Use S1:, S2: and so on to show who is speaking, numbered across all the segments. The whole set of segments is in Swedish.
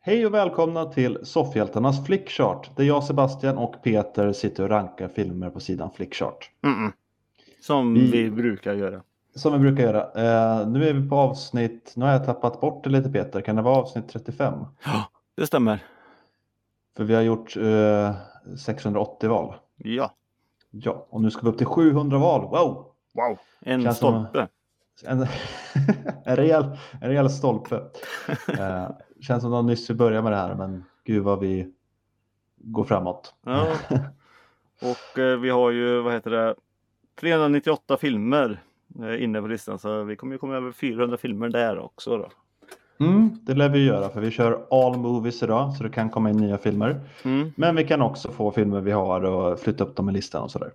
S1: Hej och välkomna till Soffhjältarnas flickchart. Där jag, Sebastian och Peter sitter och rankar filmer på sidan flickchart.
S2: Mm-mm. Som
S1: Vi-
S2: vi... brukar göra.
S1: Som vi brukar göra. Eh, nu är vi på avsnitt, nu har jag tappat bort det lite Peter, kan det vara avsnitt 35?
S2: Det stämmer.
S1: För vi har gjort eh, 680 val.
S2: Ja.
S1: Ja, och nu ska vi upp till 700 val. Wow!
S2: Wow. En
S1: Känns som-
S2: stolpe.
S1: En, en, rejäl, en rejäl stolpe. Eh, känns som de nyss började med det här, men gud vad vi går framåt.
S2: Ja. Och eh, vi har ju, vad heter det, 398 filmer eh, inne på listan. Så vi kommer ju komma över 400 filmer där också. Då.
S1: Mm, det lär vi göra, för vi kör all movies idag, så det kan komma in nya filmer.
S2: Mm.
S1: Men vi kan också få filmer vi har och flytta upp dem i listan och sådär.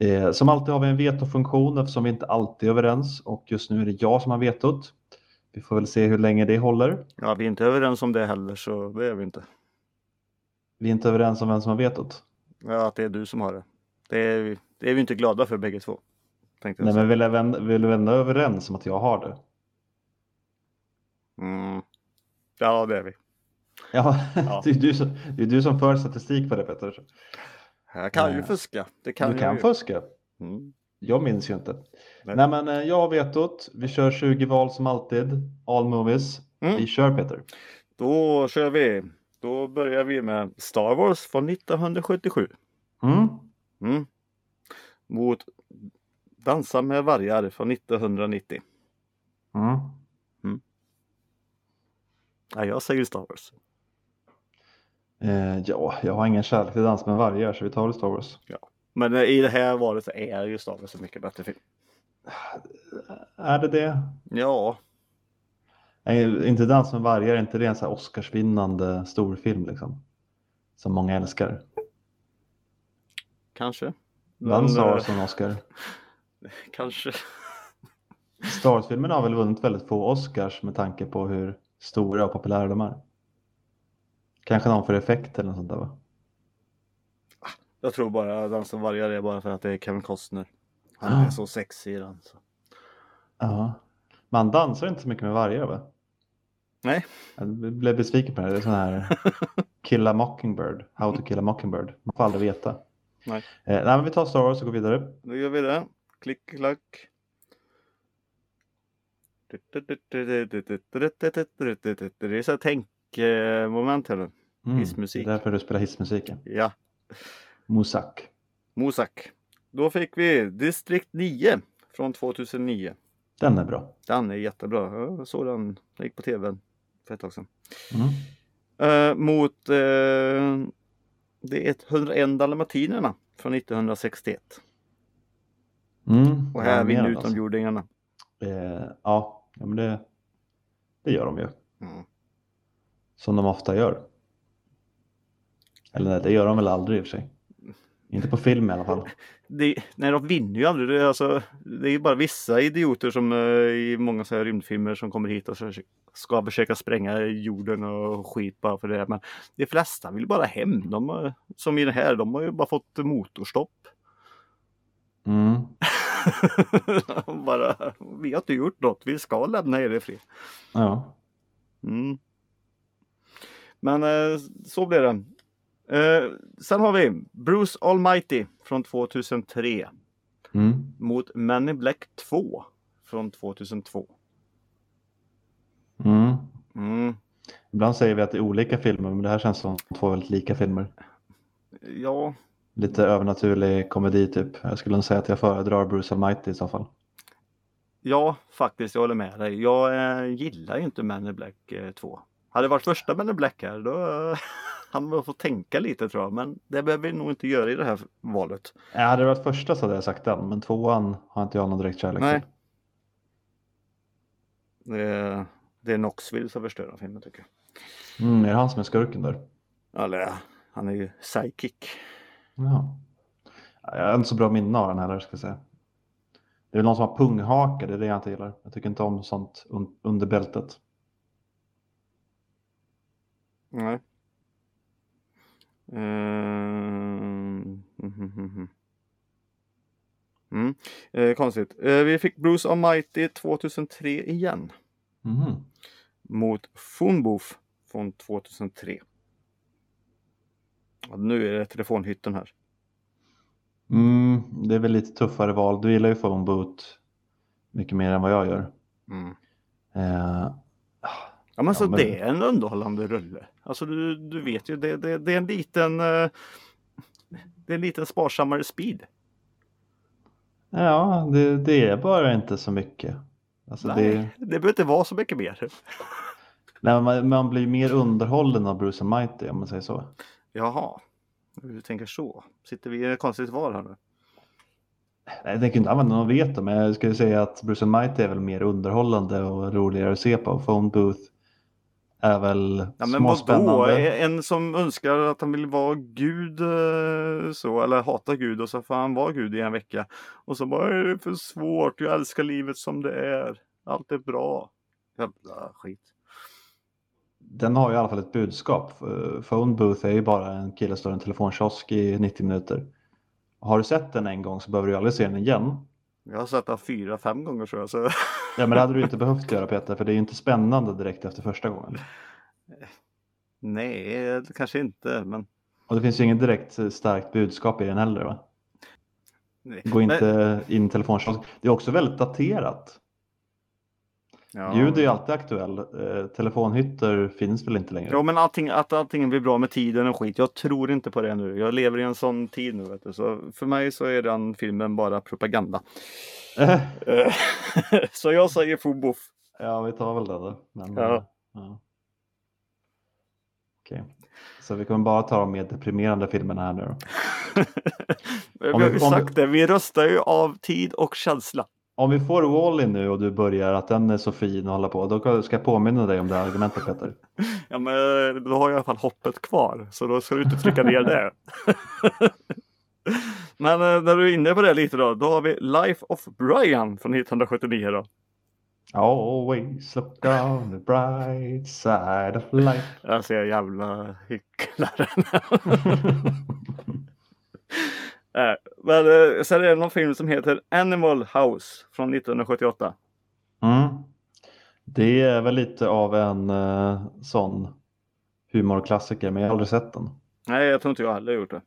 S1: Eh, som alltid har vi en vetofunktion eftersom vi inte alltid är överens och just nu är det jag som har vetot. Vi får väl se hur länge det håller.
S2: Ja, vi är inte överens om det heller, så det är vi inte.
S1: Vi är inte överens om vem som har vetot.
S2: Ja, att det är du som har det. Det är, vi- det är vi inte glada för bägge två. Tänkte
S1: Nej,
S2: jag säga.
S1: men vi är väl- vi är väl ändå överens om att jag har det.
S2: mm. Ja, det är vi.
S1: Ja,
S2: Ja.
S1: Det, är du som, det är du som för statistik på det Peter.
S2: Jag kan ju
S1: Mm.
S2: fuska. Det kan
S1: du
S2: jag
S1: kan
S2: ju.
S1: fuska.
S2: Mm.
S1: Jag minns ju inte. Nej,
S2: Nej.
S1: men eh, jag har vetot. Vi kör 20 val som alltid. All movies.
S2: Mm.
S1: Vi kör Peter.
S2: Då kör vi. Då börjar vi med Star Wars från 1977.
S1: Mm.
S2: Mm. Mot Dansa med vargar från 1990.
S1: Mm.
S2: Ja, jag säger Star Wars.
S1: Eh, ja, jag har ingen kärlek till dans med vargar så vi tar väl Star Wars.
S2: Men eh, i det här valet så är ju Star Wars en mycket bättre film.
S1: Är det det?
S2: Ja,
S1: Nej, inte dans med vargar, är inte det en sån här Oscarsvinnande storfilm liksom? Som många älskar.
S2: kanske. Men,
S1: Vann Star
S2: eh,
S1: Wars en Oscar?
S2: Kanske.
S1: Star Wars-filmerna har väl vunnit väldigt få Oscars med tanke på hur stora och populära de är. Kanske någon för effekt eller något sånt där va?
S2: Jag tror bara Dansa med vargar är bara för att det är Kevin Costner. Han
S1: Ah.
S2: är så sexig i den. Så.
S1: Ja. Man dansar inte så mycket med vargar va?
S2: Nej.
S1: Jag blev besviken på det. här. Det är sån här Kill a Mockingbird. How to kill a Mockingbird. Man får aldrig veta.
S2: Nej.
S1: Eh, nej men vi tar Star Wars och går vidare.
S2: Då gör vi det. Klick, klack. Det är så här tänkmoment här nu.
S1: Mm.
S2: Hissmusik.
S1: Det är därför du spelar hissmusiken.
S2: Ja,
S1: Mosak.
S2: Mosak. Då fick vi Distrikt 9 från 2009.
S1: Den är bra.
S2: Den är jättebra. Jag såg den. Den gick på tvn för ett tag sedan.
S1: Mm.
S2: Eh, mot eh, det är 101 dalmatinerna från 1961.
S1: Mm.
S2: Och här vinner
S1: Animerad, alltså.
S2: utomjordingarna.
S1: eh, ja. ja, men det, det gör de ju.
S2: Mm.
S1: Som de ofta gör. Eller nej, det gör de väl aldrig i och för sig. Inte på film i alla fall.
S2: det, nej, de vinner ju aldrig. Det är, alltså, det är ju bara vissa idioter som eh, i många så här rymdfilmer som kommer hit och så- ska försöka spränga jorden och skit bara för det. Men de flesta vill bara hem. De, har- som i det här, de har ju bara fått motorstopp.
S1: Mm.
S2: De bara, vi har inte gjort något, vi ska lämna er i fred.
S1: Ja.
S2: Mm. Men eh, så blev det. Eh, sen har vi Bruce Almighty från 2003.
S1: Mm.
S2: mot Men in Black 2 från 2002.
S1: Mm.
S2: Mm.
S1: Ibland säger vi att det är olika filmer, men det här känns som två väldigt lika filmer.
S2: Ja,
S1: Lite övernaturlig komedi typ. Jag skulle nog säga att jag föredrar Bruce Almighty i så fall.
S2: ja, faktiskt, jag håller med dig. Jag eh, gillar ju inte Men in Black eh, 2. Hade det varit första Men in Black här, då eh, hade man fått tänka lite tror jag. Men det behöver vi nog inte göra i det här valet.
S1: Eh, Hade det varit första så hade jag sagt den, men tvåan har inte jag någon direkt kärlek
S2: Nej.
S1: till.
S2: Eh, det är Knoxville som förstör den filmen tycker jag.
S1: Mm, är det han som är skurken där?
S2: Eller, ja, han är ju psychic.
S1: Ja. Jag har inte så bra minne av den heller ska jag säga. Det är väl någon som har punghaka, det är det jag inte gillar. Jag tycker inte om sånt un- under bältet.
S2: Nej. Ehm, mhm, mhm, mhm. Mm. Eh, konstigt. Eh, vi fick Bruce Almighty 2003 igen
S1: Mhm.
S2: mot Funboof Från 2003. Ja, nu är det telefonhytten här.
S1: Mm, det är väl lite tuffare val. Du gillar ju phone boot mycket mer än vad jag gör.
S2: Mm.
S1: Eh,
S2: Ja, men så
S1: men-
S2: det är en underhållande rulle. Alltså du, du vet ju, det, det, det är en liten... eh, Det är en liten sparsammare speed.
S1: ja, det, det är bara inte så mycket. Alltså
S2: Nej,
S1: det,
S2: det behöver inte vara så mycket mer.
S1: nej, man, man blir mer underhållen av Bruce and Mighty om man säger så.
S2: Jaha, du tänker så. Sitter vi i ett konstigt val här nu?
S1: Nej, Jag tänker inte använda någon veto, men jag skulle säga att Bruce and Mighty är väl mer underhållande och roligare att se på. Phone Booth är väl
S2: Ja, men vadå?
S1: småspännande.
S2: En som önskar att han vill vara gud eh, så, eller hatar gud och så får han vara gud i en vecka. Och så bara, är det för svårt? Jag älskar livet som det är. Allt är bra. Jävla skit.
S1: Den har ju i alla fall ett budskap. Eh, Phone Booth är ju bara en kille som står i en telefonkiosk i 90 minuter. Har du sett den en gång så behöver du ju aldrig se den igen.
S2: Jag har sett den fyra, fem gånger tror jag. Så.
S1: Ja, men det hade du inte behövt göra Peter, för det är ju inte spännande direkt efter första gången.
S2: Nej, det kanske inte. Men...
S1: Och det finns ju ingen direkt eh, starkt budskap i den heller. Va?
S2: Nej.
S1: Gå
S2: Men-
S1: inte in i en telefonkiosk. Det är också väldigt daterat.
S2: Ja.
S1: Ljud är ju alltid aktuell. Eh, telefonhytter finns väl inte längre?
S2: Ja men allting, att allting blir bra med tiden och skit. Jag tror inte på det nu. Jag lever i en sån tid nu. Vet du. Så för mig så är den filmen bara propaganda.
S1: Eh,
S2: Eh, så jag säger foboff.
S1: ja, vi tar väl det då. Men,
S2: Ja.
S1: eh, ja. Okej. Så vi kommer bara ta de mer deprimerande filmerna här nu då.
S2: vi
S1: Om
S2: har
S1: vi-
S2: ju
S1: om
S2: sagt det, vi röstar ju av tid och känsla.
S1: Om vi får Wall-E nu och du börjar att den är så fin och hålla på, då ska jag påminna dig om det här argumentet Peter.
S2: Ja, men eh, då har jag i alla fall hoppet kvar, så då ska du inte trycka ner det. men eh, när du är inne på det lite då, då har vi Life of Brian från 1979 då.
S1: Always look down the bright side of life.
S2: Alltså jag är jävla hycklare. Nej, Men eh, sen är det någon film som heter Animal House från 1978.
S1: Mm. Det är väl lite av en eh, sån humorklassiker, men jag har aldrig sett den.
S2: Nej, jag tror inte jag heller gjort det.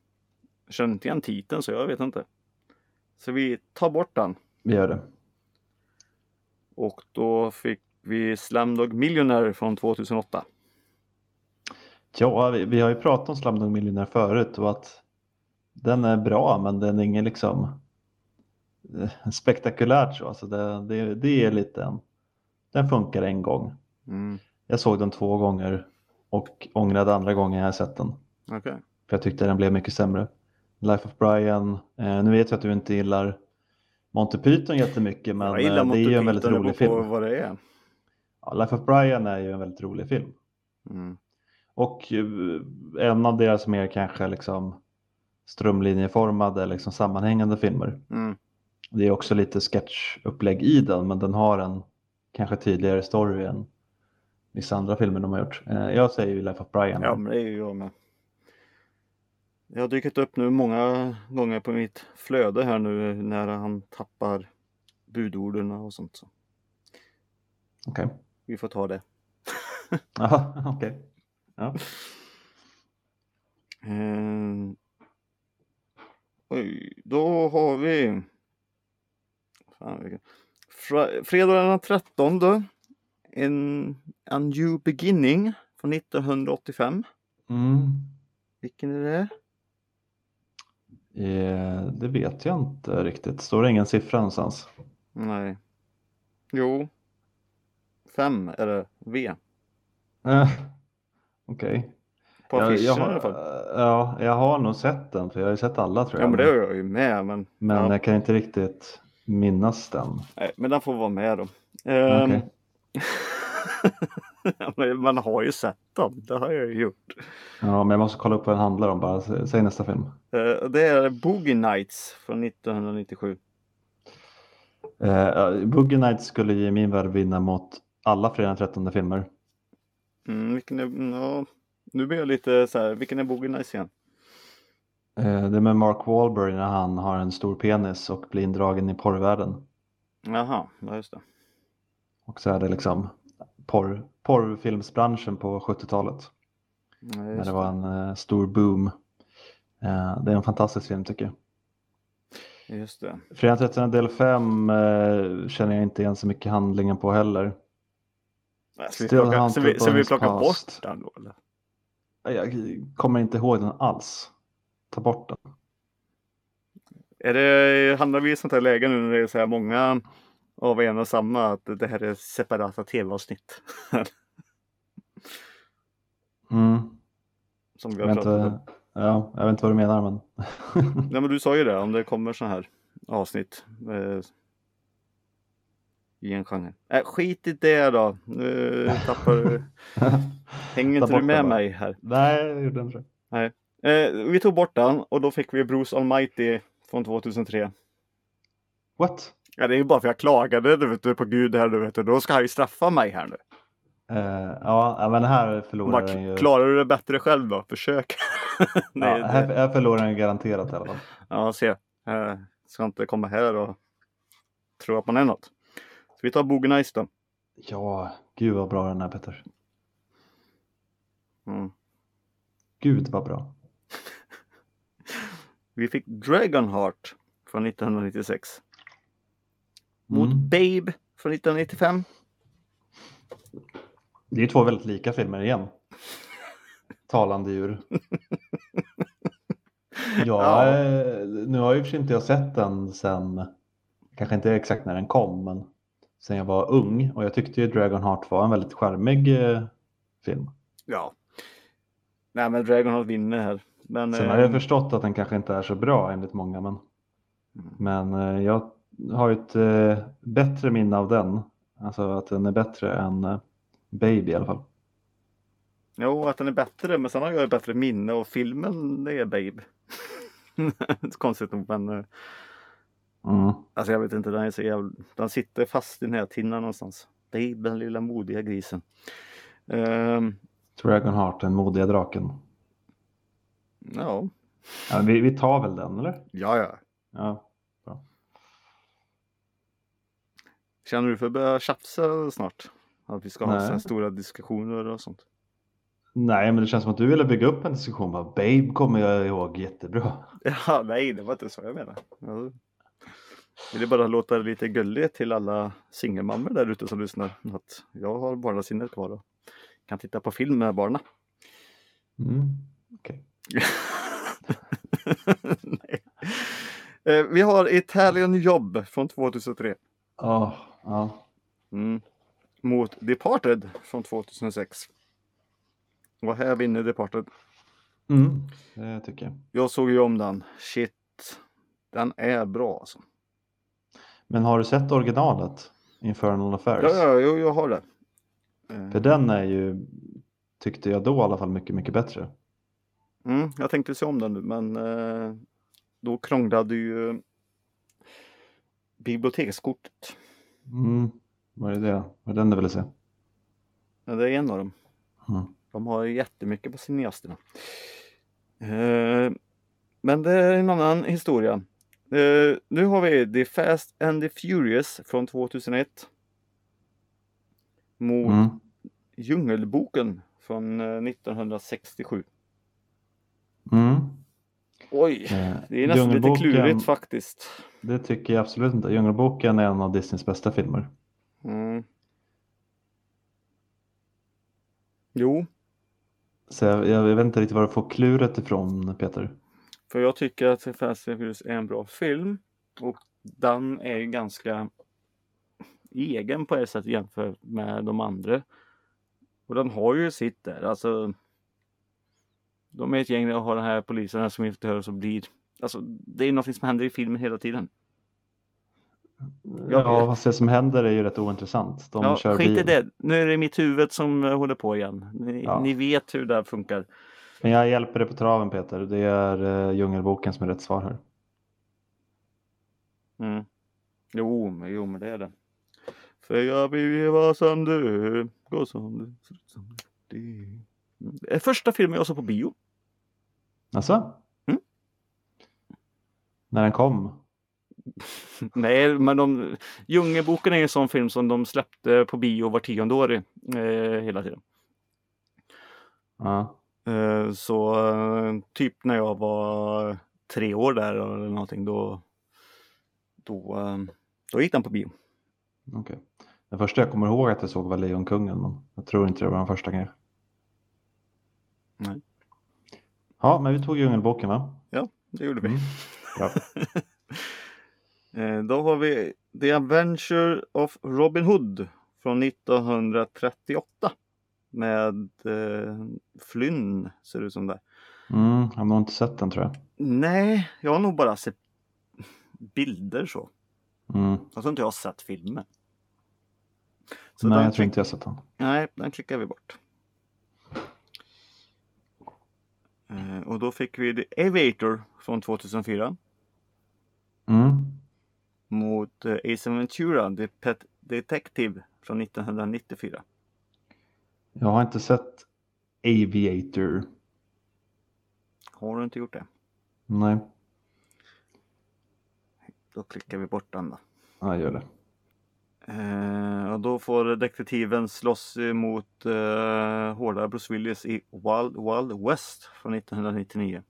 S2: Jag känner inte igen titeln så jag vet inte. Så vi tar bort den.
S1: Vi gör det.
S2: Och då fick vi Slamdog Millionaire från 2008.
S1: Ja, vi, vi har ju pratat om Slumdog Millionaire förut och att den är bra, men den är ingen liksom eh, spektakulärt så. Alltså det, det, det är lite en, den funkar en gång.
S2: Mm.
S1: Jag såg den två gånger och ångrade andra gången jag sett den.
S2: Okej.
S1: För jag tyckte den blev mycket sämre. Life of Brian, eh, nu vet jag att du inte gillar Monty Python jättemycket, men
S2: jag
S1: eh, det
S2: gillar
S1: är
S2: Monty
S1: ju en
S2: Python,
S1: väldigt
S2: det beror
S1: rolig
S2: på
S1: film.
S2: vad det är.
S1: Ja, Life of Brian är ju en väldigt rolig film.
S2: Mm.
S1: Och eh, en av deras mer kanske liksom strömlinjeformade, liksom sammanhängande filmer.
S2: Mm.
S1: Det är också lite sketchupplägg i den, men den har en kanske tydligare story än vissa andra filmer de har gjort. Eh, Jag säger ju Life of Brian.
S2: Ja, men det är ju jag med. Jag har dykt upp nu många gånger på mitt flöde här nu när han tappar budorden och sånt. Så
S1: Okej.
S2: vi får ta det.
S1: Aha, okej. Ja.
S2: Ehm. Oj, då har vi... Fan, vilken... Fra- Fredag den 13. En, a new beginning från 1985.
S1: Mm.
S2: Vilken är det?
S1: Eh, Det vet jag inte riktigt. Står det ingen siffra någonstans?
S2: Nej. Jo. Fem är det. V.
S1: Eh, Okej.
S2: På
S1: Jag,
S2: affischen
S1: jag,
S2: i alla
S1: har-
S2: fall.
S1: ja, jag har nog sett den, för jag har ju sett alla tror jag.
S2: Ja men det gör jag ju med. Men,
S1: Men
S2: ja.
S1: jag kan inte riktigt minnas den.
S2: nej, men den får vara med då. Ehm,
S1: Okej.
S2: Ja, men Man har ju sett den. Det har jag ju gjort.
S1: Ja, men jag måste kolla upp vad den handlar om bara. S- Säg nästa film.
S2: Eh, Det är Boogie Nights från 1997.
S1: Uh, Boogie Nights skulle ju i min värld vinna mot alla fredag den 13 filmer.
S2: Mm, vilken är, ja, nu blir jag lite så här. Vilken är Boogie Nights igen?
S1: Eh, det är med Mark Wahlberg när han har en stor penis och blir indragen i porrvärlden.
S2: Jaha, ja just det.
S1: Och så är det liksom porr, porrfilmsbranschen på 70-talet.
S2: Nej,
S1: När
S2: just
S1: det var en eh, stor boom. Eh, det är en fantastisk film tycker jag.
S2: det. Just det.
S1: Fredag den 13 del 5 eh, känner jag inte igen så mycket handlingen på heller.
S2: Nej, Ska
S1: Still
S2: vi plocka,
S1: Hunt
S2: ska vi,
S1: of
S2: ska vi
S1: Bones
S2: plocka bort
S1: Past.
S2: den då? Eller?
S1: Eh, Jag kommer inte ihåg den alls. Ta bort den.
S2: Är det, hamnar vi i sånt här läge nu när det är så här många av en och samma att det här är separata tv-avsnitt?
S1: Mm.
S2: Som vi
S1: Jag,
S2: har
S1: vet
S2: pratat om.
S1: inte, ja, jag vet inte vad du menar men.
S2: Nej men du sa ju det, om det kommer sådana här avsnitt. Eh, I en genre. Äh, skit i det då. Nu tappar Hänger
S1: Ta
S2: inte du
S1: bort
S2: med
S1: den bara.
S2: mig här?
S1: Nej, jag gjorde inte det.
S2: Eh, vi tog bort den och då fick vi Bruce Almighty från 2003.
S1: What?
S2: Ja det är ju bara för jag klagade du vet, du, på Gud här du vet. och Då ska han ju straffa mig här nu.
S1: Eh, ja, ja, men här förlorar den ju.
S2: Bara, klarar du det bättre själv då? Försök. Nej,
S1: ja,
S2: det-
S1: här, här förlorar den ju garanterat i alla fall.
S2: Ja, se. Eh, ska inte komma här och tro att man är något. Så vi tar Boogie Nice då.
S1: Ja, gud vad bra den är Petter.
S2: Mm.
S1: Gud vad bra.
S2: Vi fick Dragonheart från 1996. Mot
S1: Mm.
S2: Babe från 1995.
S1: Det är ju två väldigt lika filmer igen. Talande djur. Ja,
S2: Ja.
S1: eh, nu har ju för sig inte jag sett den sen, kanske inte exakt när den kom, men sen jag var ung och jag tyckte ju Dragonheart var en väldigt charmig eh, film.
S2: Ja. Nej, men Dragonheart vinner här. Men,
S1: Sen
S2: eh,
S1: har jag förstått att den kanske inte är så bra enligt många, men,
S2: Mm.
S1: men eh, jag har ju ett eh, bättre minne av den. Alltså att den är bättre än eh, Baby i alla fall.
S2: Jo, att den är bättre, men sen har jag ett bättre minne och filmen det är Babe. Konstigt nog, men eh,
S1: Mm.
S2: alltså jag vet inte, den är så jävla... Den sitter fast i näthinnan någonstans. Babe, den lilla modiga grisen. Ehm,
S1: Dragonheart, den modiga draken.
S2: ja,
S1: Ja, men vi, vi tar väl den eller?
S2: ja, ja.
S1: Ja.
S2: Känner du för att börja tjafsa snart? Att vi ska ha
S1: Nej.
S2: så här stora diskussioner och sånt.
S1: Nej, men det känns som att du ville bygga upp en diskussion. Bara, Babe kommer jag ihåg jättebra.
S2: Ja, nej, det var inte så jag menade. Jag ville bara låta det lite gulligt till alla singelmammor där ute som lyssnar. Att jag har barnasinnet kvar och kan titta på film med barnen.
S1: Mm.
S2: nej. Eh, Vi har Italian Job från 2003.
S1: Ja, Ah, ja.
S2: Mm. Mot Departed från 2006. Och här vinner Departed.
S1: Mm. Det tycker jag.
S2: Jag såg ju om den. Shit. Den är bra alltså.
S1: Men har du sett originalet? Infernal Affairs?
S2: Ja, ja, jo, jag har det.
S1: För
S2: Eh,
S1: den är ju, tyckte jag då i alla fall, mycket, mycket bättre.
S2: Mm, jag tänkte se om den nu, men eh, då krånglade ju bibliotekskortet.
S1: Mm. Vad är det? Vad är den du ville se?
S2: Ja, Det är en av dem.
S1: Mm.
S2: De har ju jättemycket på cineasterna. Eh, men det är en annan historia. Eh, nu har vi The Fast and the Furious från 2001. Mot
S1: Mm.
S2: Djungelboken från eh, 1967.
S1: Mm.
S2: Oj!
S1: Eh,
S2: Det är nästan lite
S1: Djungelboken-
S2: klurigt faktiskt.
S1: Det tycker jag absolut inte. Djungelboken är en av Disneys bästa filmer.
S2: Mm. Jo,
S1: Så jag, jag vet inte riktigt var du får kluret ifrån Peter.
S2: för jag tycker att The Fast and Furious är en bra film. Och den är ju ganska egen på ett sätt jämfört med de andra. Och den har ju sitt där. Alltså, de är ett gäng där och har den här polisen här som inte hör som blir. Alltså, det är någonting som händer i filmen hela tiden. Ja.
S1: Ja, fast det som händer är ju rätt ointressant. De
S2: ja,
S1: kör
S2: skit
S1: bil.
S2: i det. Nu är det mitt huvud som eh, håller på igen. Ni,
S1: Ja.
S2: ni vet hur det här funkar.
S1: Men jag hjälper dig på traven Peter. Det är uh, Djungelboken som är rätt svar här.
S2: Mm. Jo, men, jo, men det är det. För jag vill leva som du, gå som du, se ut som du. Mm. Det är första filmen jag såg på bio.
S1: Alltså?
S2: Mm.
S1: När den kom?
S2: Nej, men de, Djungelboken är en sån film som de släppte på bio var tionde år i, eh, hela tiden.
S1: Ja.
S2: Eh, så eh, typ när jag var tre år där eller någonting då, då, eh, då gick den på bio.
S1: okej. Den första jag kommer ihåg att jag såg var Lejonkungen, men jag tror inte det var den första kanske.
S2: Nej.
S1: Ja, men vi tog Djungelboken va?
S2: Det gjorde vi.
S1: Ja. Mm.
S2: Eh, Då har vi The Adventure of Robin Hood från 1938. Med eh, Flynn, ser det ut som där.
S1: Mm, jag har nog inte sett den tror jag.
S2: Nej, jag har nog bara sett bilder så.
S1: Mm.
S2: Jag tror inte jag har sett filmen. Så
S1: Nej,
S2: den
S1: jag tror
S2: klick-
S1: inte jag har sett den.
S2: Nej, den klickar vi bort. Eh, och då fick vi The Aviator från 2004.
S1: Mm.
S2: mot eh, Ace Ventura, The Pet Detective från 1994.
S1: Jag har inte sett Aviator.
S2: Har du inte gjort det?
S1: Nej,
S2: Då klickar vi bort den då.
S1: jag gör det.
S2: Eh, och då får detektiven slåss eh, mot eh, hårda Bruce Willis i Wild Wild West från 1999.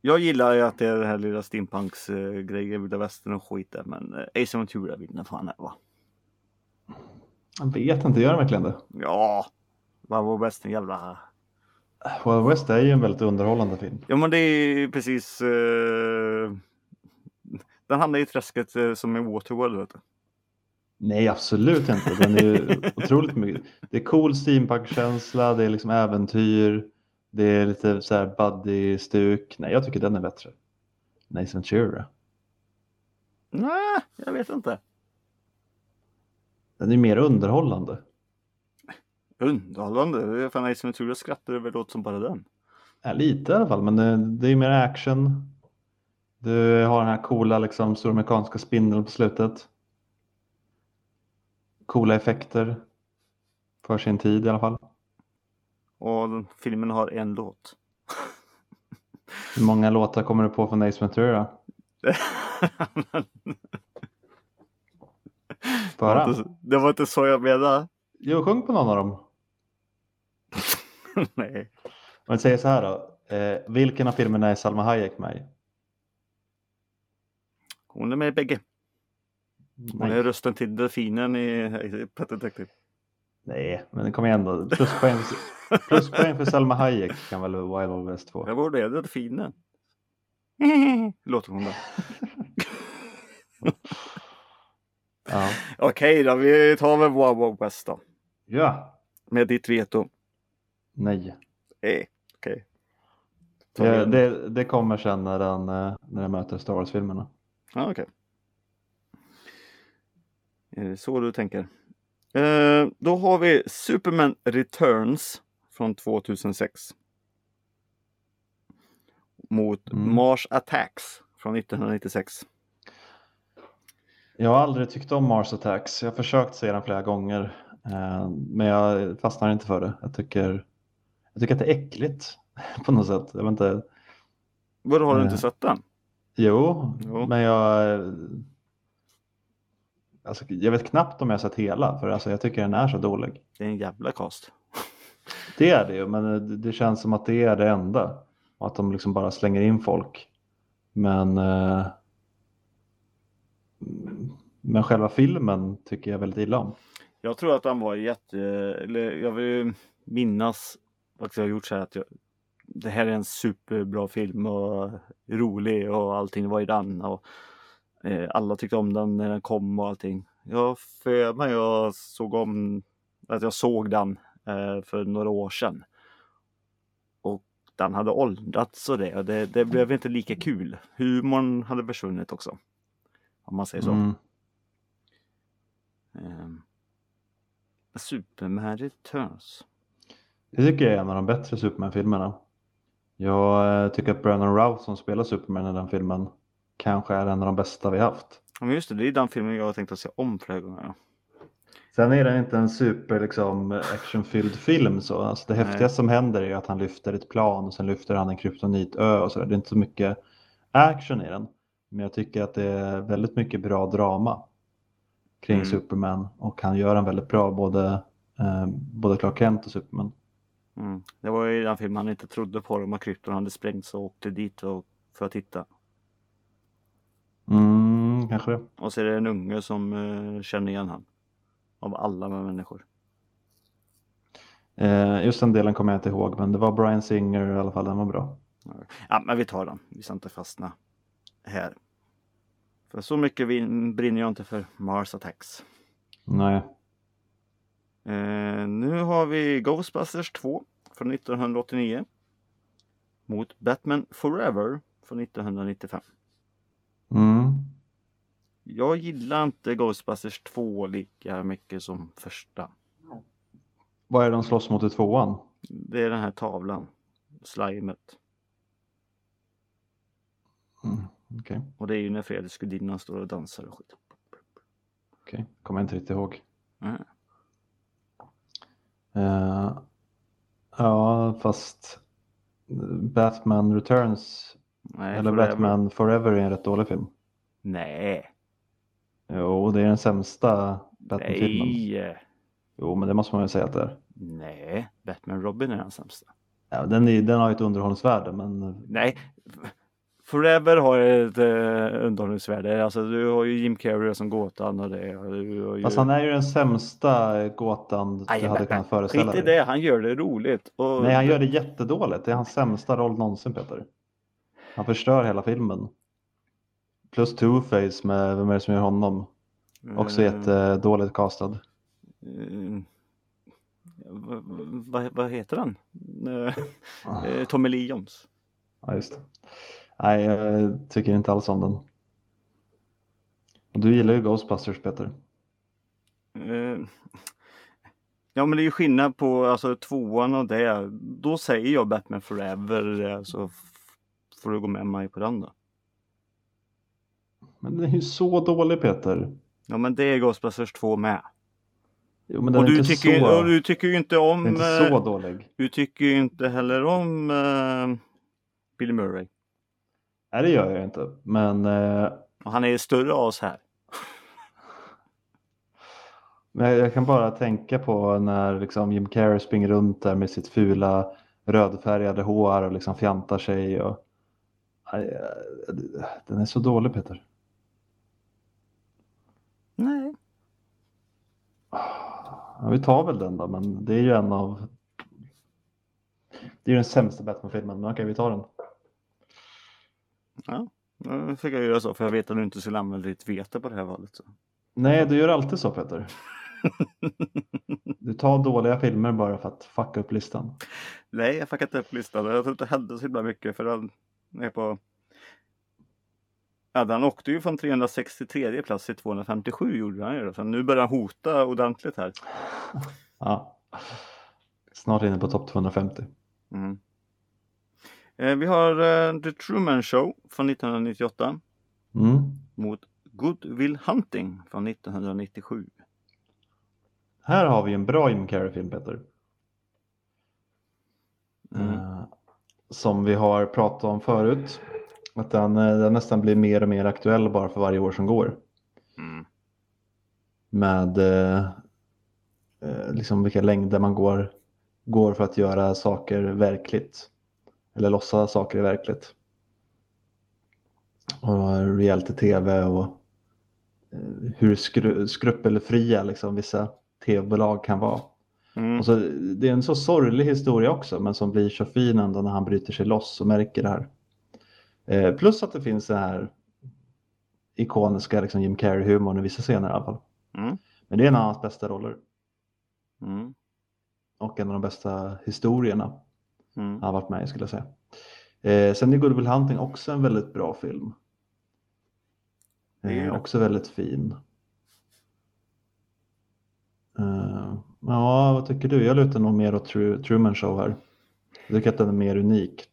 S2: Jag gillar ju att det är det här lilla steampunks eh, grejer, vilda västern och skit där men eh, Ace Ventura vinner fan här va?
S1: Jag vet inte, gör den verkligen det?
S2: Ja! Wild West är en jävla
S1: Wild West är ju en väldigt underhållande film.
S2: Ja men det är precis... Eh, den hamnar i träsket eh, som i Waterworld. Vet du.
S1: Nej, absolut inte. Den är ju otroligt mycket. Det är cool steampunk-känsla, det är liksom äventyr, det är lite så här buddy-stuk. Nej, jag tycker den är bättre. Nathan Ventura.
S2: Nej, jag vet inte.
S1: Den är mer underhållande.
S2: Underhållande. Det är Fan, Ace Ventura skrattar väl åt som bara den.
S1: Ja, lite i alla fall, men det, det är mer action. Du har den här coola liksom, sydamerikanska spindeln på slutet. Coola effekter. För sin tid i alla fall.
S2: Och den, filmen har en låt.
S1: Hur många låtar kommer du på från Ace Ventura?
S2: det, var
S1: Bara?
S2: inte, det var inte så jag menade.
S1: Jo, sjung på någon av dem.
S2: Nej.
S1: Om jag säger så här då. Eh, vilken av filmerna är Salma Hayek med i?
S2: Hon är med i bägge. Hon är
S1: Nej.
S2: rösten till delfinen i, i Pet Detective.
S1: Nej, men kom igen då. Pluspoäng för, pluspoäng för Salma Hayek kan väl Wild Wild West få.
S2: Jag borde är delfinen. Låter hon där.
S1: Ja.
S2: Okej då, vi tar väl Wow Wow West då.
S1: ja.
S2: Med ditt veto.
S1: Nej.
S2: Eh, Okej. Tar vi
S1: Det,
S2: en-
S1: det, det kommer sen när den, eh, när den möter Star Wars-filmerna.
S2: Ja, okej. Är det så du tänker? Eh, då har vi Superman Returns från 2006. Mot
S1: Mm.
S2: Mars Attacks från 1996.
S1: Jag har aldrig tyckt om Mars Attacks. Jag har försökt se den flera gånger. eh, Men jag fastnar inte för det. Jag tycker, jag tycker att det är äckligt på något sätt. Jag vet inte.
S2: Vadå, har du
S1: Eh.
S2: inte sett den?
S1: Jo,
S2: Jo.
S1: men jag... eh, Alltså, jag vet knappt om jag har sett hela, för alltså, jag tycker den är så dålig.
S2: Det är en jävla cast.
S1: Det är det ju, men eh, det det känns som att det är det enda. Och att de liksom bara slänger in folk. Men... eh, mm, Men själva filmen tycker jag väldigt illa om.
S2: Jag tror att han var jätte... Eller jag vill minnas att jag har gjort så här att jag... det här är en superbra film och rolig och allting var i den och eh, alla tyckte om den när den kom och allting. Jag för mig jag såg om att jag såg den eh, för några år sedan. Och den hade åldrats och det, och det, det blev inte lika kul. Humorn hade försvunnit också. Om man säger så.
S1: Mm.
S2: Ehm, Superman Returns.
S1: Det tycker jag är en av de bättre Superman-filmerna. Jag eh, tycker att Brandon Routh som spelar Superman i den filmen kanske är en av de bästa vi haft.
S2: Ja, men just det, det är den filmen jag tänkte se om flera gånger. ja.
S1: Sen är den inte en super liksom, actionfylld film. Så. Alltså, det
S2: Nej.
S1: häftigaste som händer är ju att han lyfter ett plan och sen lyfter han en kryptonitö och sådär. Det är inte så mycket action i den. Men jag tycker att det är väldigt mycket bra drama kring
S2: Mm.
S1: Superman och han gör en väldigt bra både, eh, både Clark Kent och Superman.
S2: Mm. Det var ju den filmen han inte trodde på. De här krypton hade sprängts och åkte dit och, för att titta.
S1: Mm, kanske det.
S2: Och så är det en unge som eh, känner igen han. Av alla människor.
S1: Eh, just den delen kommer jag inte ihåg, men det var Brian Singer i alla fall, den var bra.
S2: Ja, men vi tar den. Vi ska inte fastna här. För så mycket vin- brinner jag inte för Mars Attacks.
S1: Nej,
S2: Eh, nu har vi Ghostbusters 2 från 1989. Mot Batman Forever från 1995.
S1: mm.
S2: Jag gillar inte Ghostbusters 2 lika mycket som första.
S1: Vad är det de slåss mot i tvåan?
S2: Det är den här tavlan. Slimet.
S1: Mm. Okej,
S2: Och det är ju när Fredrik Gudinnan står och dansar och skit.
S1: okej. kommer jag inte riktigt ihåg.
S2: Mm.
S1: Eh, ja, fast Batman Returns
S2: Nej,
S1: eller
S2: Forever.
S1: Batman Forever är en rätt dålig film.
S2: Nej.
S1: Jo, det är den sämsta Batman-filmen.
S2: Nej.
S1: Jo, men det måste man ju säga att det är.
S2: Nej. Batman Robin är den sämsta.
S1: Ja, den, är, den har ju ett underhållningsvärde, men
S2: Nej. Forever har ett eh, underhållningsvärde. Alltså du har ju Jim Carrey som gåtan och det. och Du har ju...
S1: Fast han är ju den sämsta gåtan du
S2: Aj,
S1: hade
S2: men-
S1: kunnat föreställa
S2: Skit i
S1: dig.
S2: det, han gör det roligt. Och...
S1: Nej, han gör det jättedåligt. Det är hans sämsta roll någonsin, Peter. Han förstör hela filmen. Plus Two-Face med vem är det som gör honom? Också
S2: Eh,
S1: jättedåligt castad.
S2: eh, Vad vad- vad heter han? Eh, eh, Tommy Lee Jones.
S1: Ja, just det. Nej, jag tycker inte alls om den. Och du gillar ju Ghostbusters, Peter.
S2: Eh, Ja men det är ju skillnad på alltså, tvåan och det. Då säger jag Batman Forever eh, så f- får du gå med mig på den då.
S1: Men den är ju så dålig, Peter.
S2: Ja men det är Ghostbusters 2 med.
S1: Jo, men den
S2: Och
S1: är
S2: du,
S1: inte
S2: tycker,
S1: så...
S2: och du tycker ju inte om...
S1: Den är inte
S2: eh,
S1: så dålig.
S2: Du tycker ju inte heller om eh, Billy Murray.
S1: Nej, det gör jag inte. Men, eh,
S2: Och han är ju större as här.
S1: men jag kan bara tänka på när liksom, Jim Carrey springer runt där med sitt fula rödfärgade hår och liksom fjantar sig. Och... Nej, eh, den är så dålig, Peter.
S2: Nej.
S1: Ah, Ja, vi tar väl den då, men det är ju en av... Det är ju den sämsta Batman-filmen, men okej, vi tar den.
S2: Nu fick jag göra så för jag vet att du inte skulle använda ditt vete på det här valet. Så.
S1: Nej, du gör alltid så, Peter. Du tar dåliga filmer bara för att fucka upp listan.
S2: Nej, jag fuckade upp listan. Jag tror inte det hände så himla mycket för den är på... Ja, den åkte ju från 363 plats till 257 gjorde han ju. då. Så nu börjar han hota ordentligt här.
S1: Ja. Snart inne på topp 250.
S2: Mm. Eh, vi har eh, The Truman Show från 1998
S1: Mm.
S2: mot Good Will Hunting från 1997.
S1: Här har vi en bra Jim Carrey-film, Peter.
S2: Mm.
S1: Eh, som vi har pratat om förut. Att den, eh, den nästan blir mer och mer aktuell bara för varje år som går.
S2: Mm.
S1: Med eh, eh, liksom vilka längder man går, går för att göra saker verkligt. Eller låtsas saker är verkligt. Och reality-tv och eh, hur skru, skrupelfria liksom, vissa tv-bolag kan vara.
S2: Mm.
S1: Och så, Alltså, det är en så sorglig historia också, men som blir så fin ändå när han bryter sig loss och märker det här. Eh, plus att det finns den här ikoniska liksom, Jim Carrey-humorn i vissa scener i alla fall.
S2: Mm.
S1: Men det är en av hans bästa roller
S2: Mm.
S1: och en av de bästa historierna
S2: Mm.
S1: han har varit med i skulle jag säga. Eh, sen är Good Will Hunting också en väldigt bra film.
S2: Det är
S1: Eh,
S2: det.
S1: också väldigt fin. Eh, ja, vad tycker du? Jag lutar nog mer åt Tru- Truman Show här. Jag tycker att den är mer unik.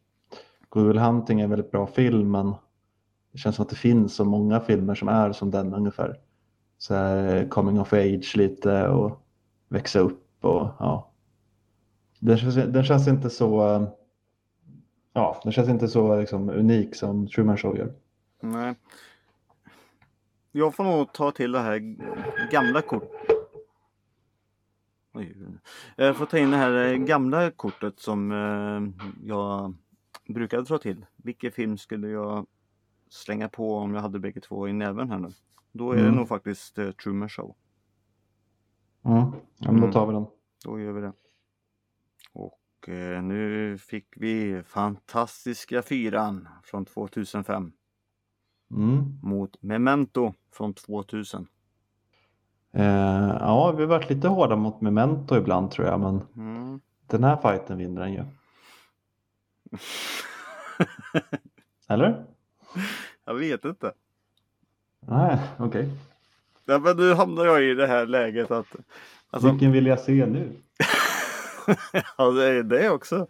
S1: Good Will Hunting är en väldigt bra film, men det känns som att det finns så många filmer som är som den ungefär. Så här, eh, coming of age lite och växa upp och ja. Den känns, den känns inte så eh, Ja, den känns inte så liksom, unik som Truman Show gör.
S2: Nej. Jag får nog ta till det här gamla kort. Oj. Jag får ta in det här eh, gamla kortet som eh, jag brukade ta till. Vilken film skulle jag slänga på om jag hade bägge två i näven här nu? Då är
S1: Mm.
S2: det nog faktiskt eh, Truman Show.
S1: Mm. Ja, men då
S2: Mm.
S1: tar vi den.
S2: Då gör vi det. Och eh, nu fick vi Fantastiska fyran från 2005
S1: Mm.
S2: mot Memento från 2000.
S1: Eh, ja, vi har varit lite hårda mot Memento ibland tror jag, men
S2: Mm.
S1: den här fighten vinner den ju. Eller?
S2: jag vet inte.
S1: Nej, okej.
S2: Nej, men nu hamnar jag i det här läget att... Alltså,
S1: Vilken vill jag se nu?
S2: ja, det är det också.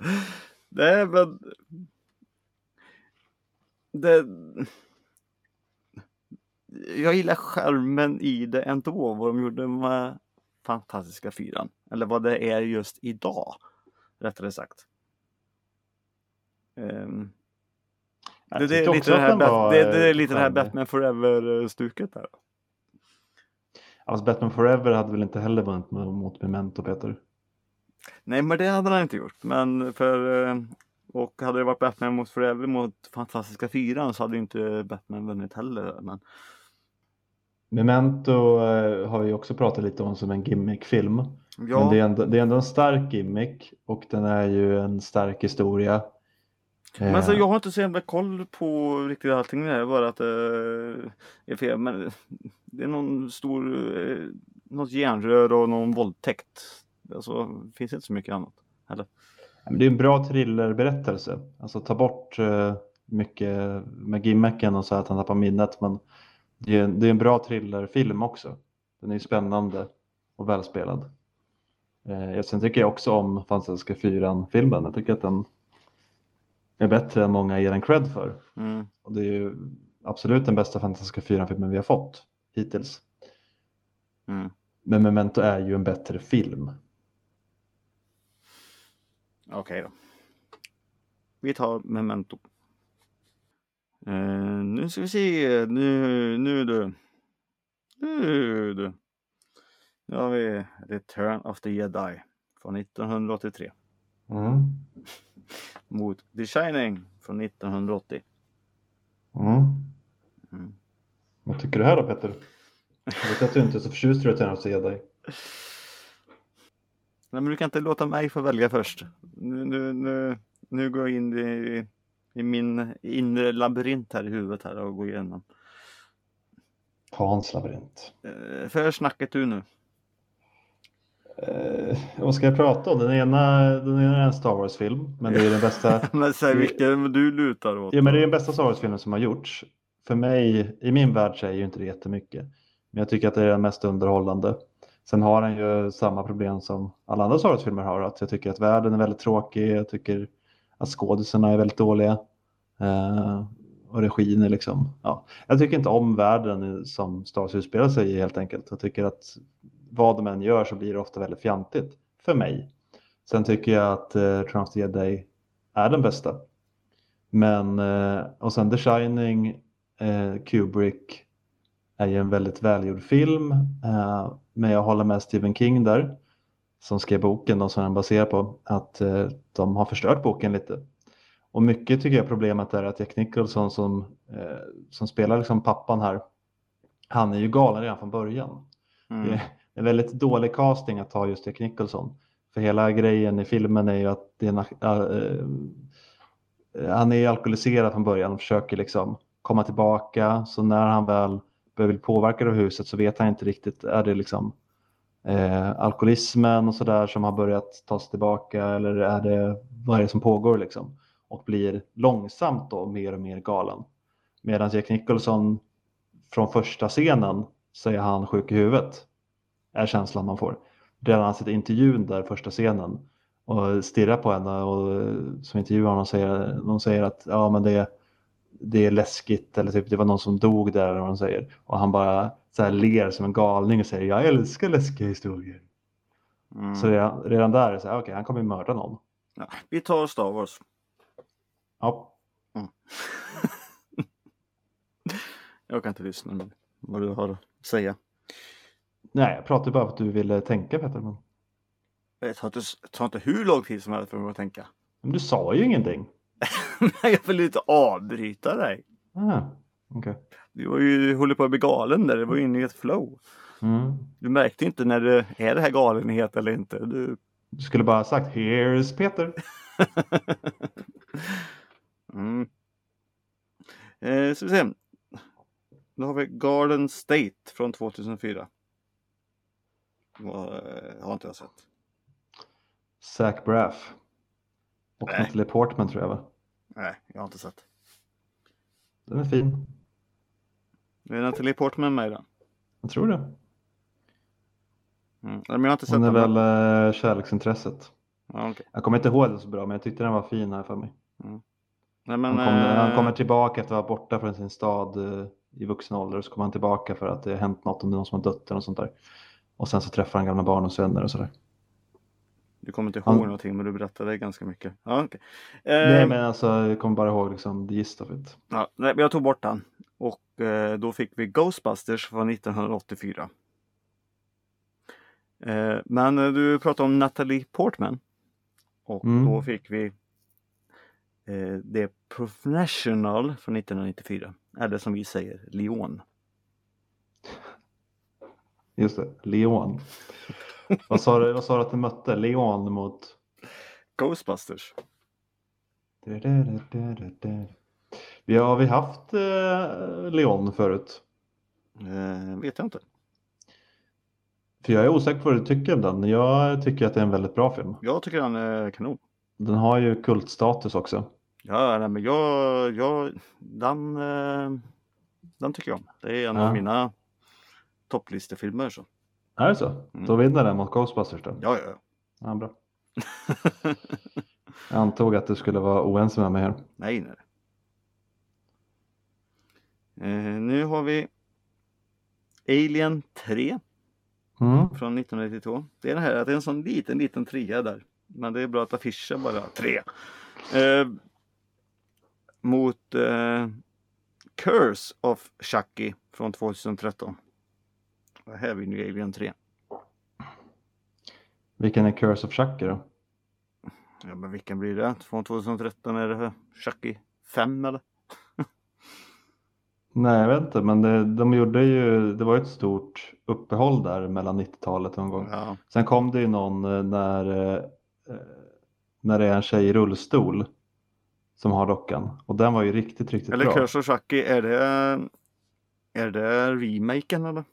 S2: Nej, men... Det... Jag gillar skärmen i det ändå, vad de gjorde med Fantastiska fyran. Eller vad det är just idag, rättare sagt. Ehm,
S1: Jag
S2: det, det,
S1: tyckte
S2: är
S1: också
S2: lite det,
S1: att
S2: här
S1: den
S2: Bat-
S1: var,
S2: det, det är
S1: eh,
S2: lite det här
S1: charmig.
S2: Batman Forever-stuket där.
S1: Alltså Batman Forever hade väl inte heller vunnit mot Memento, Peter?
S2: Nej, men det hade han inte gjort. Men för, eh, och hade det varit Batman mot Forever mot Fantastiska Fyran så hade ju inte Batman vunnit heller. Men,
S1: Memento eh, har vi också pratat lite om som en gimmickfilm. Men
S2: ja,
S1: det är, ändå, det är ändå en stark gimmick och den är ju en stark historia.
S2: men
S1: Eh,
S2: alltså, jag har inte så jävla koll på riktigt allting det här. Bara att eh, är fel, men det är någon stor, eh, något järnrör och någon våldtäkt. Alltså, det finns inte så mycket annat.
S1: men Det är en bra thrillerberättelse. Alltså ta bort eh, mycket med gimmicken och så att han tappar minnet. Men det är, det är en bra thrillerfilm också. Den är ju spännande och välspelad. Eh, sen tycker jag också om Fantastiska fyran-filmen. Jag tycker att den är bättre än många ger den cred för.
S2: Mm.
S1: Och det är ju absolut den bästa Fantastiska fyran-filmen vi har fått hittills.
S2: Mm.
S1: Men Memento är ju en bättre film.
S2: Okej då. Vi tar Memento. Eh, nu ska vi se. Nu, nu du. Nu du. Nu har vi Return of the Jedi från 1983
S1: Mm.
S2: mot The Shining från 1980.
S1: Mm.
S2: Mm.
S1: Vad tycker du här då Petter? Jag vet att du inte är så förtjust i Return of the Jedi.
S2: Nej, men du kan inte låta mig få välja först. Nu, nu, nu, nu går jag in i, i min inre labyrint här i huvudet här och går igenom.
S1: Hans labyrint.
S2: Eh, för snacket du nu.
S1: Eh, vad ska jag prata om? Den ena, den ena är en Star Wars-film, men det är den bästa,
S2: Men säg vilken du lutar åt.
S1: ja, men det är den bästa Star Wars-filmen som har gjorts. För mig, i min värld så är ju inte det jättemycket. Men jag tycker att det är den mest underhållande. Sen har den ju samma problem som alla andra Star Wars-filmer har. Att jag tycker att världen är väldigt tråkig. Jag tycker att skådisarna är väldigt dåliga. Eh, och regin är liksom... Ja. Jag tycker inte om världen i- som Star Wars utspelar sig i helt enkelt. Jag tycker att vad de än gör så blir det ofta väldigt fjantigt. För mig. Sen tycker jag att eh, Return of the Jedi är den bästa. Men, eh, och sen The Shining, eh, Kubrick är ju en väldigt välgjord film. Eh, men jag håller med Stephen King där, som skrev boken och som den baserar på, att eh, de har förstört boken lite. Och mycket tycker jag problemet är att Jack Nicholson som, eh, som spelar liksom pappan här, han är ju galen redan från början.
S2: Mm.
S1: Det är en väldigt dålig casting att ta just Jack Nicholson. För hela grejen i filmen är ju att det är en, eh, eh, han är ju alkoholiserad från början och försöker liksom komma tillbaka. Så när han väl börjar bli påverkad av huset så vet han inte riktigt. Är det liksom eh, alkoholismen och sådär som har börjat ta sig tillbaka eller är det vad är det som pågår liksom? Och blir långsamt då mer och mer galen. Medan Jack Nicholson från första scenen så är han sjuk i huvudet. Är känslan man får. Redan när han sitter i intervjun där första scenen och stirrar på henne och eh, som intervjuar honom säger, de säger att ja men det, det är läskigt eller typ det var någon som dog där eller vad de säger. Och han bara så här ler som en galning och säger jag älskar läskiga historier.
S2: Mm.
S1: Så redan, redan där är det så här, okej han kommer ju mörda någon.
S2: Ja, vi tar Star Wars.
S1: Ja,
S2: Jag kan inte lyssna nu. Vad du har att säga.
S1: Nej, jag pratade bara för att du ville tänka Petter. Men...
S2: Det tar inte, tar inte hur lång tid som helst för mig att tänka.
S1: men du sa ju ingenting.
S2: Nej, jag vill ju inte avbryta dig.
S1: Ah, okej.
S2: Du var ju, du håller på att bli galen där. Det var ju inne i ett flow.
S1: Mm.
S2: Du märkte inte när det är det här galenhet eller inte. Du...
S1: Du skulle bara ha sagt “Here's Peter”.
S2: mm. eh, ska vi se. Då har vi Garden State från 2004. Vad, eh, har inte jag sett.
S1: Zac Braff. Och
S2: Nej.
S1: Natalie Portman tror jag va?
S2: Nej, jag har inte sett.
S1: Den är fin.
S2: Det är Natalie Portman med i den.
S1: Jag tror det.
S2: Mm. Nej, men jag har inte sett
S1: Hon är
S2: den.
S1: väl eh, kärleksintresset.
S2: Ja, okej.
S1: Jag kommer inte ihåg den så bra men jag tyckte den var fin här för mig.
S2: Nej, men,
S1: Han, kom, han
S2: eh,
S1: kommer tillbaka efter att vara borta från sin stad eh, i vuxen ålder och så kommer han tillbaka för att det har hänt något om det är någon som har dött eller något sånt där. Och sen så träffar han gamla barndomsvänner och sådär.
S2: Du kommer inte ihåg
S1: Han-
S2: någonting men du berättade ganska mycket. Ja, okej.
S1: Nej
S2: Eh,
S1: men alltså jag kommer bara ihåg liksom the gist of it.
S2: ja, nej, men jag tog bort den. Och eh, då fick vi Ghostbusters från 1984. Eh, men eh, du pratade om Natalie Portman. Och
S1: Mm.
S2: då fick vi eh, The Professional från 1994. Eller som vi säger, Leon.
S1: Just det, Leon. vad, sa du, vad sa du att du mötte? Leon mot...
S2: Ghostbusters.
S1: Vi har vi haft eh, Leon förut?
S2: Eh, vet jag inte.
S1: För jag är osäker på vad du tycker om den. Jag tycker att det är en väldigt bra film.
S2: Jag tycker den är kanon.
S1: Den har ju kultstatus också.
S2: Ja, nej, men jag, jag den, eh, den tycker jag om. Det är en
S1: Ja.
S2: av mina topplistefilmer. Så.
S1: Är det så?
S2: Mm.
S1: Då vinner den mot Ghostbusters då?
S2: Ja, ja, ja.
S1: Ja, bra. jag antog att du skulle vara oense med mig här.
S2: Nej, nej. Eh, nu har vi Alien 3
S1: Mm.
S2: från 1992. Det är, den här, det är en sån liten, liten trea där. Men det är bra att affischen bara tre. Eh, mot eh, Curse of Chucky från 2013. Det här vinner ju Alien 3.
S1: Vilken är Curse of Chucky då?
S2: Ja, men vilken blir det? Från 2013 är det här Chucky 5 eller?
S1: Nej, jag vet inte, men det, de gjorde ju, det var ju ett stort uppehåll där mellan 90-talet någon gång.
S2: Ja.
S1: Sen kom det ju någon eh, när, eh, när det är en tjej i rullstol som har dockan och den var ju riktigt, riktigt
S2: Eller
S1: bra.
S2: Curse of Chucky, är det, är det remaken eller?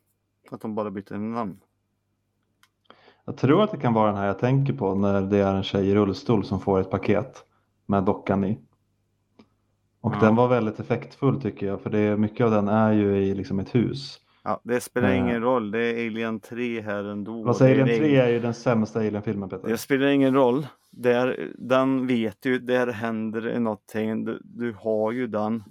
S2: Att de bara bytte namn?
S1: Jag tror att det kan vara den här jag tänker på när det är en tjej i rullstol som får ett paket med dockan i. Och
S2: Ja.
S1: den var väldigt effektfull tycker jag för det är, mycket av den är ju i liksom ett hus.
S2: Ja, det spelar
S1: Nej.
S2: ingen roll, det är Alien 3 här ändå.
S1: Vad säger
S2: Det
S1: Alien
S2: är
S1: 3 är ju den sämsta Alien-filmen Peter.
S2: Det spelar ingen roll. Där, den vet ju, där händer det någonting. Du, du har ju den.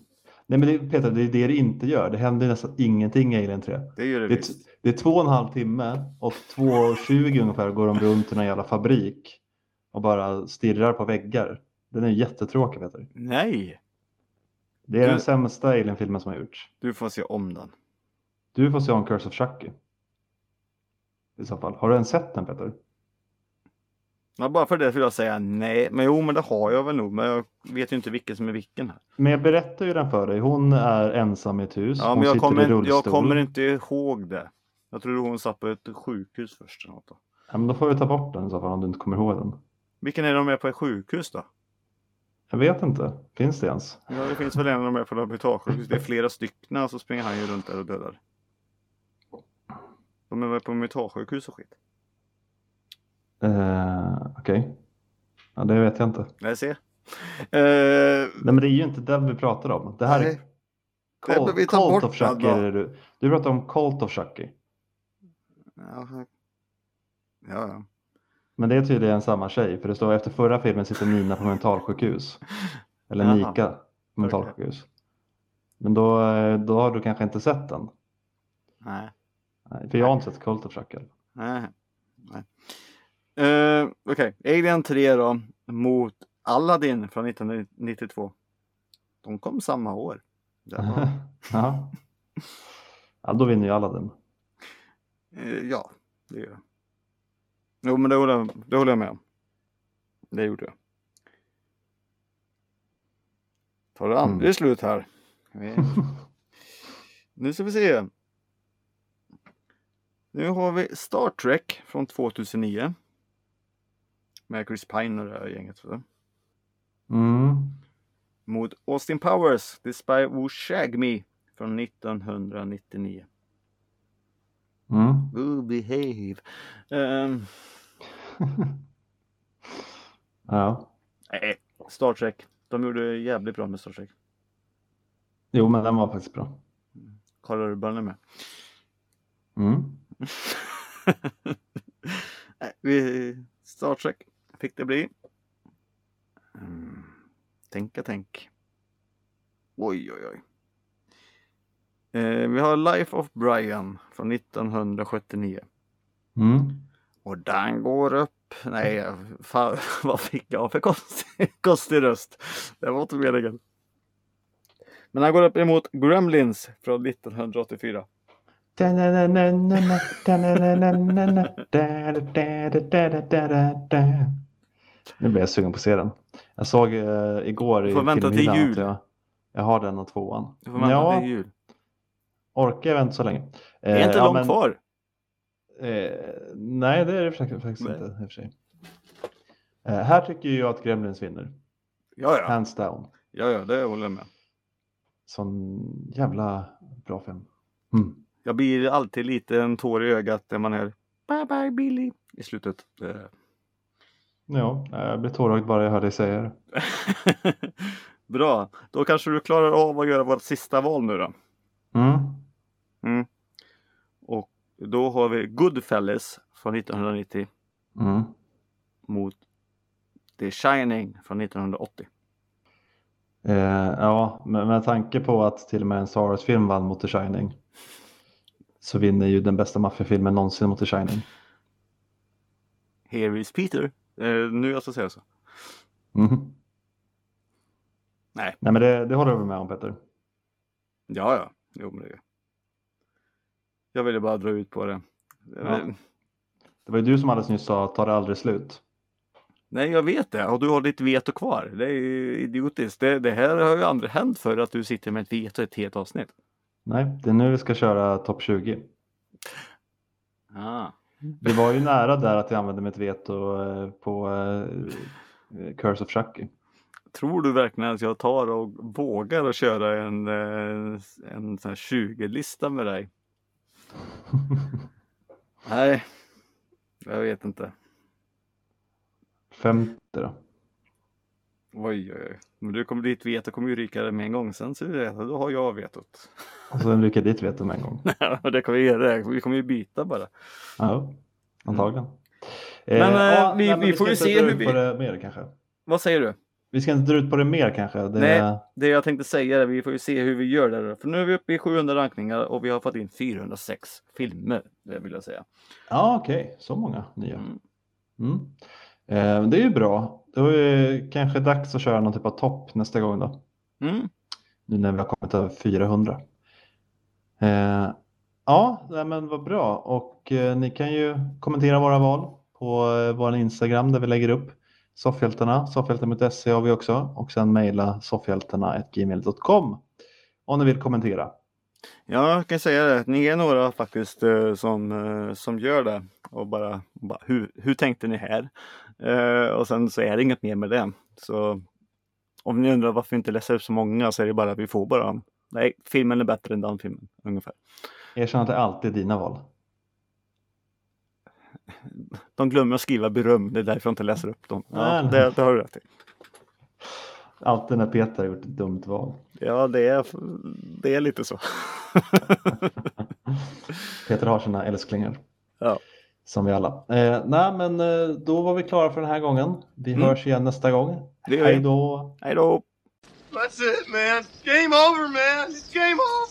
S1: Nej men det, Peter, det är det det inte gör. Det händer ju nästan ingenting i Alien 3.
S2: Det gör det,
S1: Det är,
S2: visst.
S1: det är två och en halv timme och 2.20 ungefär går de runt i någon jävla fabrik och bara stirrar på väggar. Den är jättetråkig Peter.
S2: Nej!
S1: Det är
S2: Du-
S1: den sämsta Alien-filmen som har gjorts.
S2: Du får se om den.
S1: Du får se om Curse of Chucky. I så fall. Har du ens sett den Peter?
S2: Ja, bara för det vill jag säga nej. Men jo, men det har jag väl nog. Men jag vet ju inte vilken som är vilken här.
S1: Men jag berättar ju den för dig. Hon är ensam i ett hus.
S2: Ja,
S1: Hon
S2: men jag
S1: sitter i
S2: kommer,
S1: rullstol.
S2: jag kommer inte ihåg det. Jag tror hon satt på ett sjukhus först. Eller något då.
S1: Ja, men då får vi ta bort den i så fall om du inte kommer ihåg den.
S2: Vilken är de med på ett sjukhus då?
S1: Jag vet inte. Finns det ens?
S2: Ja, det finns väl en av dem är på ett mentalsjukhus. Det är flera stycken och så springer han ju runt där och dödar. De är väl på mentalsjukhus och skit.
S1: Eh, Okej. Ja, det vet jag inte.
S2: Nej, se. Eh,
S1: Nej, men det är ju inte den vi pratar om. Det här är
S2: Nej. Nej, men vi
S1: Cult, Cult
S2: tar bort
S1: of Chucky.
S2: den då.
S1: är det Du, du pratar om Cult of Chucky.
S2: ja, ja, ja.
S1: Men det är tydligen samma tjej. För det står efter förra filmen sitter Nina på mentalsjukhus. Eller
S2: Jaha.
S1: Nika på mentalsjukhus. Men då, eh, då har du kanske inte sett den.
S2: Nej,
S1: Nej, för jag har inte sett Cult of Chucky.
S2: nej. nej. Eh, Okej, Alien 3 då mot Aladdin från 1992. De kom samma år. Det var-
S1: Ja. Ja, då vinner ju alla den.
S2: Eh, Ja, det gör jag. Jo, men det håller, jag- det håller jag med om. Det gjorde jag. Tar det andra
S1: Mm.
S2: slut här. Vi- Nu ska vi se. Nu har vi Star Trek från 2009. Med Chris Pine och det här gänget. va?
S1: Mm.
S2: Mot Austin Powers, The Spy Who Shagged Me från 1999.
S1: Mm.
S2: Ooh, behave. Ehm,
S1: ja.
S2: nej, Star Trek. De gjorde jävligt bra med Star Trek.
S1: Jo, men den var faktiskt bra.
S2: Karl Urban är med.
S1: Mm.
S2: Nej, vi, Star Trek fick det bli. Mm. Tänka tänk. Oj, oj, oj. Eh, vi har Life of Brian från 1979.
S1: Mm.
S2: Och den går upp. Nej, fan, vad fick jag för konstig, konstig röst? Det var inte meningen. Men han går upp emot Gremlins från 1984.
S1: Nu blir jag sugen på att se den. Jag såg eh, igår i
S2: Du får vänta till
S1: filmhyllan att
S2: jul.
S1: Jag, jag har den och tvåan.
S2: Du får vänta
S1: ja,
S2: till jul.
S1: orkar jag vänta så länge.
S2: Det är
S1: Eh,
S2: inte
S1: ja,
S2: långt
S1: men-
S2: kvar.
S1: Eh, nej, det är det faktiskt faktiskt
S2: Nej.
S1: inte. I och för sig. Eh, här tycker ju jag att Gremlins vinner.
S2: Ja, ja.
S1: Hands down.
S2: Ja, ja, det håller jag med.
S1: Sån jävla bra film. Mm.
S2: Jag blir alltid lite en tår i ögat när man hör Bye bye Billy i slutet. Eh.
S1: Ja, jag blir tårögd bara jag hör dig säga det.
S2: Bra, då kanske du klarar av att göra vårt sista val nu då.
S1: Mm.
S2: Och då har vi Goodfellas från 1990
S1: Mm.
S2: mot The Shining från 1980.
S1: Eh, ja, med, med tanke på att till och med en Star Wars-film vann mot The Shining så vinner ju den bästa maffiafilmen någonsin mot The Shining.
S2: Here is Peter. Eh, nu jag ska säga så.
S1: Mhm.
S2: Nej.
S1: Nej, men det, det håller jag väl med om Peter.
S2: Ja, ja. Jo, men det är Jag ville bara dra ut på det. Eh,
S1: Ja. Det var ju du som alldeles nyss sa ta det aldrig slut.
S2: Nej, jag vet det. Och du har ditt veto kvar. Det är ju idiotiskt. Det, det här har ju aldrig hänt för att du sitter med ett veto i ett helt avsnitt.
S1: Nej, det är nu vi ska köra topp 20.
S2: Ah.
S1: Det var ju nära där att jag använde mitt veto eh, på eh, Curse of Chucky.
S2: Tror du verkligen att jag tar och vågar att köra en, eh, en sån här 20-lista med dig? Nej, jag vet inte.
S1: Femte då.
S2: Oj, oj, oj. Men du kommer ditt veto kommer ju ryka det med en gång. Sen så är det, då har jag vetot.
S1: Och så rycker jag dit veto med en gång.
S2: Och det kommer vi göra. Vi kommer ju byta bara.
S1: Ja, antagligen.
S2: Mm. Men, eh,
S1: ja,
S2: vi-
S1: nej, men
S2: vi
S1: ska
S2: får ju
S1: inte
S2: se
S1: dra
S2: hur
S1: ut
S2: vi-
S1: på det mer kanske.
S2: Vad säger du?
S1: Vi ska inte dra ut på det mer kanske. Det,
S2: Nej. Det jag tänkte säga är att vi får ju se hur vi gör det. då. För nu är vi uppe i 700 rankningar och vi har fått in 406 filmer. Det vill jag säga.
S1: Ja, okej. Så många nya.
S2: Mm.
S1: Mm. Eh, det är ju bra. Då är det kanske dags att köra någon typ av topp nästa gång då.
S2: Mm.
S1: Nu när vi har kommit över 400. Eh, ja, nej, men vad bra. Och eh, ni kan ju kommentera våra val på eh, vår Instagram där vi lägger upp soffhjältarna. Soffhjältarna.se har vi också. Och sen mejla soffhjältarna.gmail.com om ni vill kommentera.
S2: Ja, jag kan säga det. Ni är några faktiskt eh, som, eh, som gör det. Och bara, bara hur, hur tänkte ni här? Eh, och sen så är det inget mer med det. Så om ni undrar varför vi inte läser upp så många så är det bara att vi får bara Nej, filmen är bättre än den filmen ungefär.
S1: Erkänn att det alltid är dina val.
S2: De glömmer att skriva beröm. Det är därför jag inte läser upp dem. Ja,
S1: Nej, nej.
S2: det, det har du rätt i.
S1: Alltid när Peter har gjort ett dumt val.
S2: Ja, det är, det är lite så.
S1: Peter har sina älsklingar.
S2: Ja.
S1: Som vi alla. Eh, nej, men eh, då var vi klara för den här gången. Vi
S2: Mm.
S1: hörs igen nästa gång.
S2: Det gör vi.
S1: Hej då!
S2: Hej då!
S3: That's it, man. Game over, man. It's game over.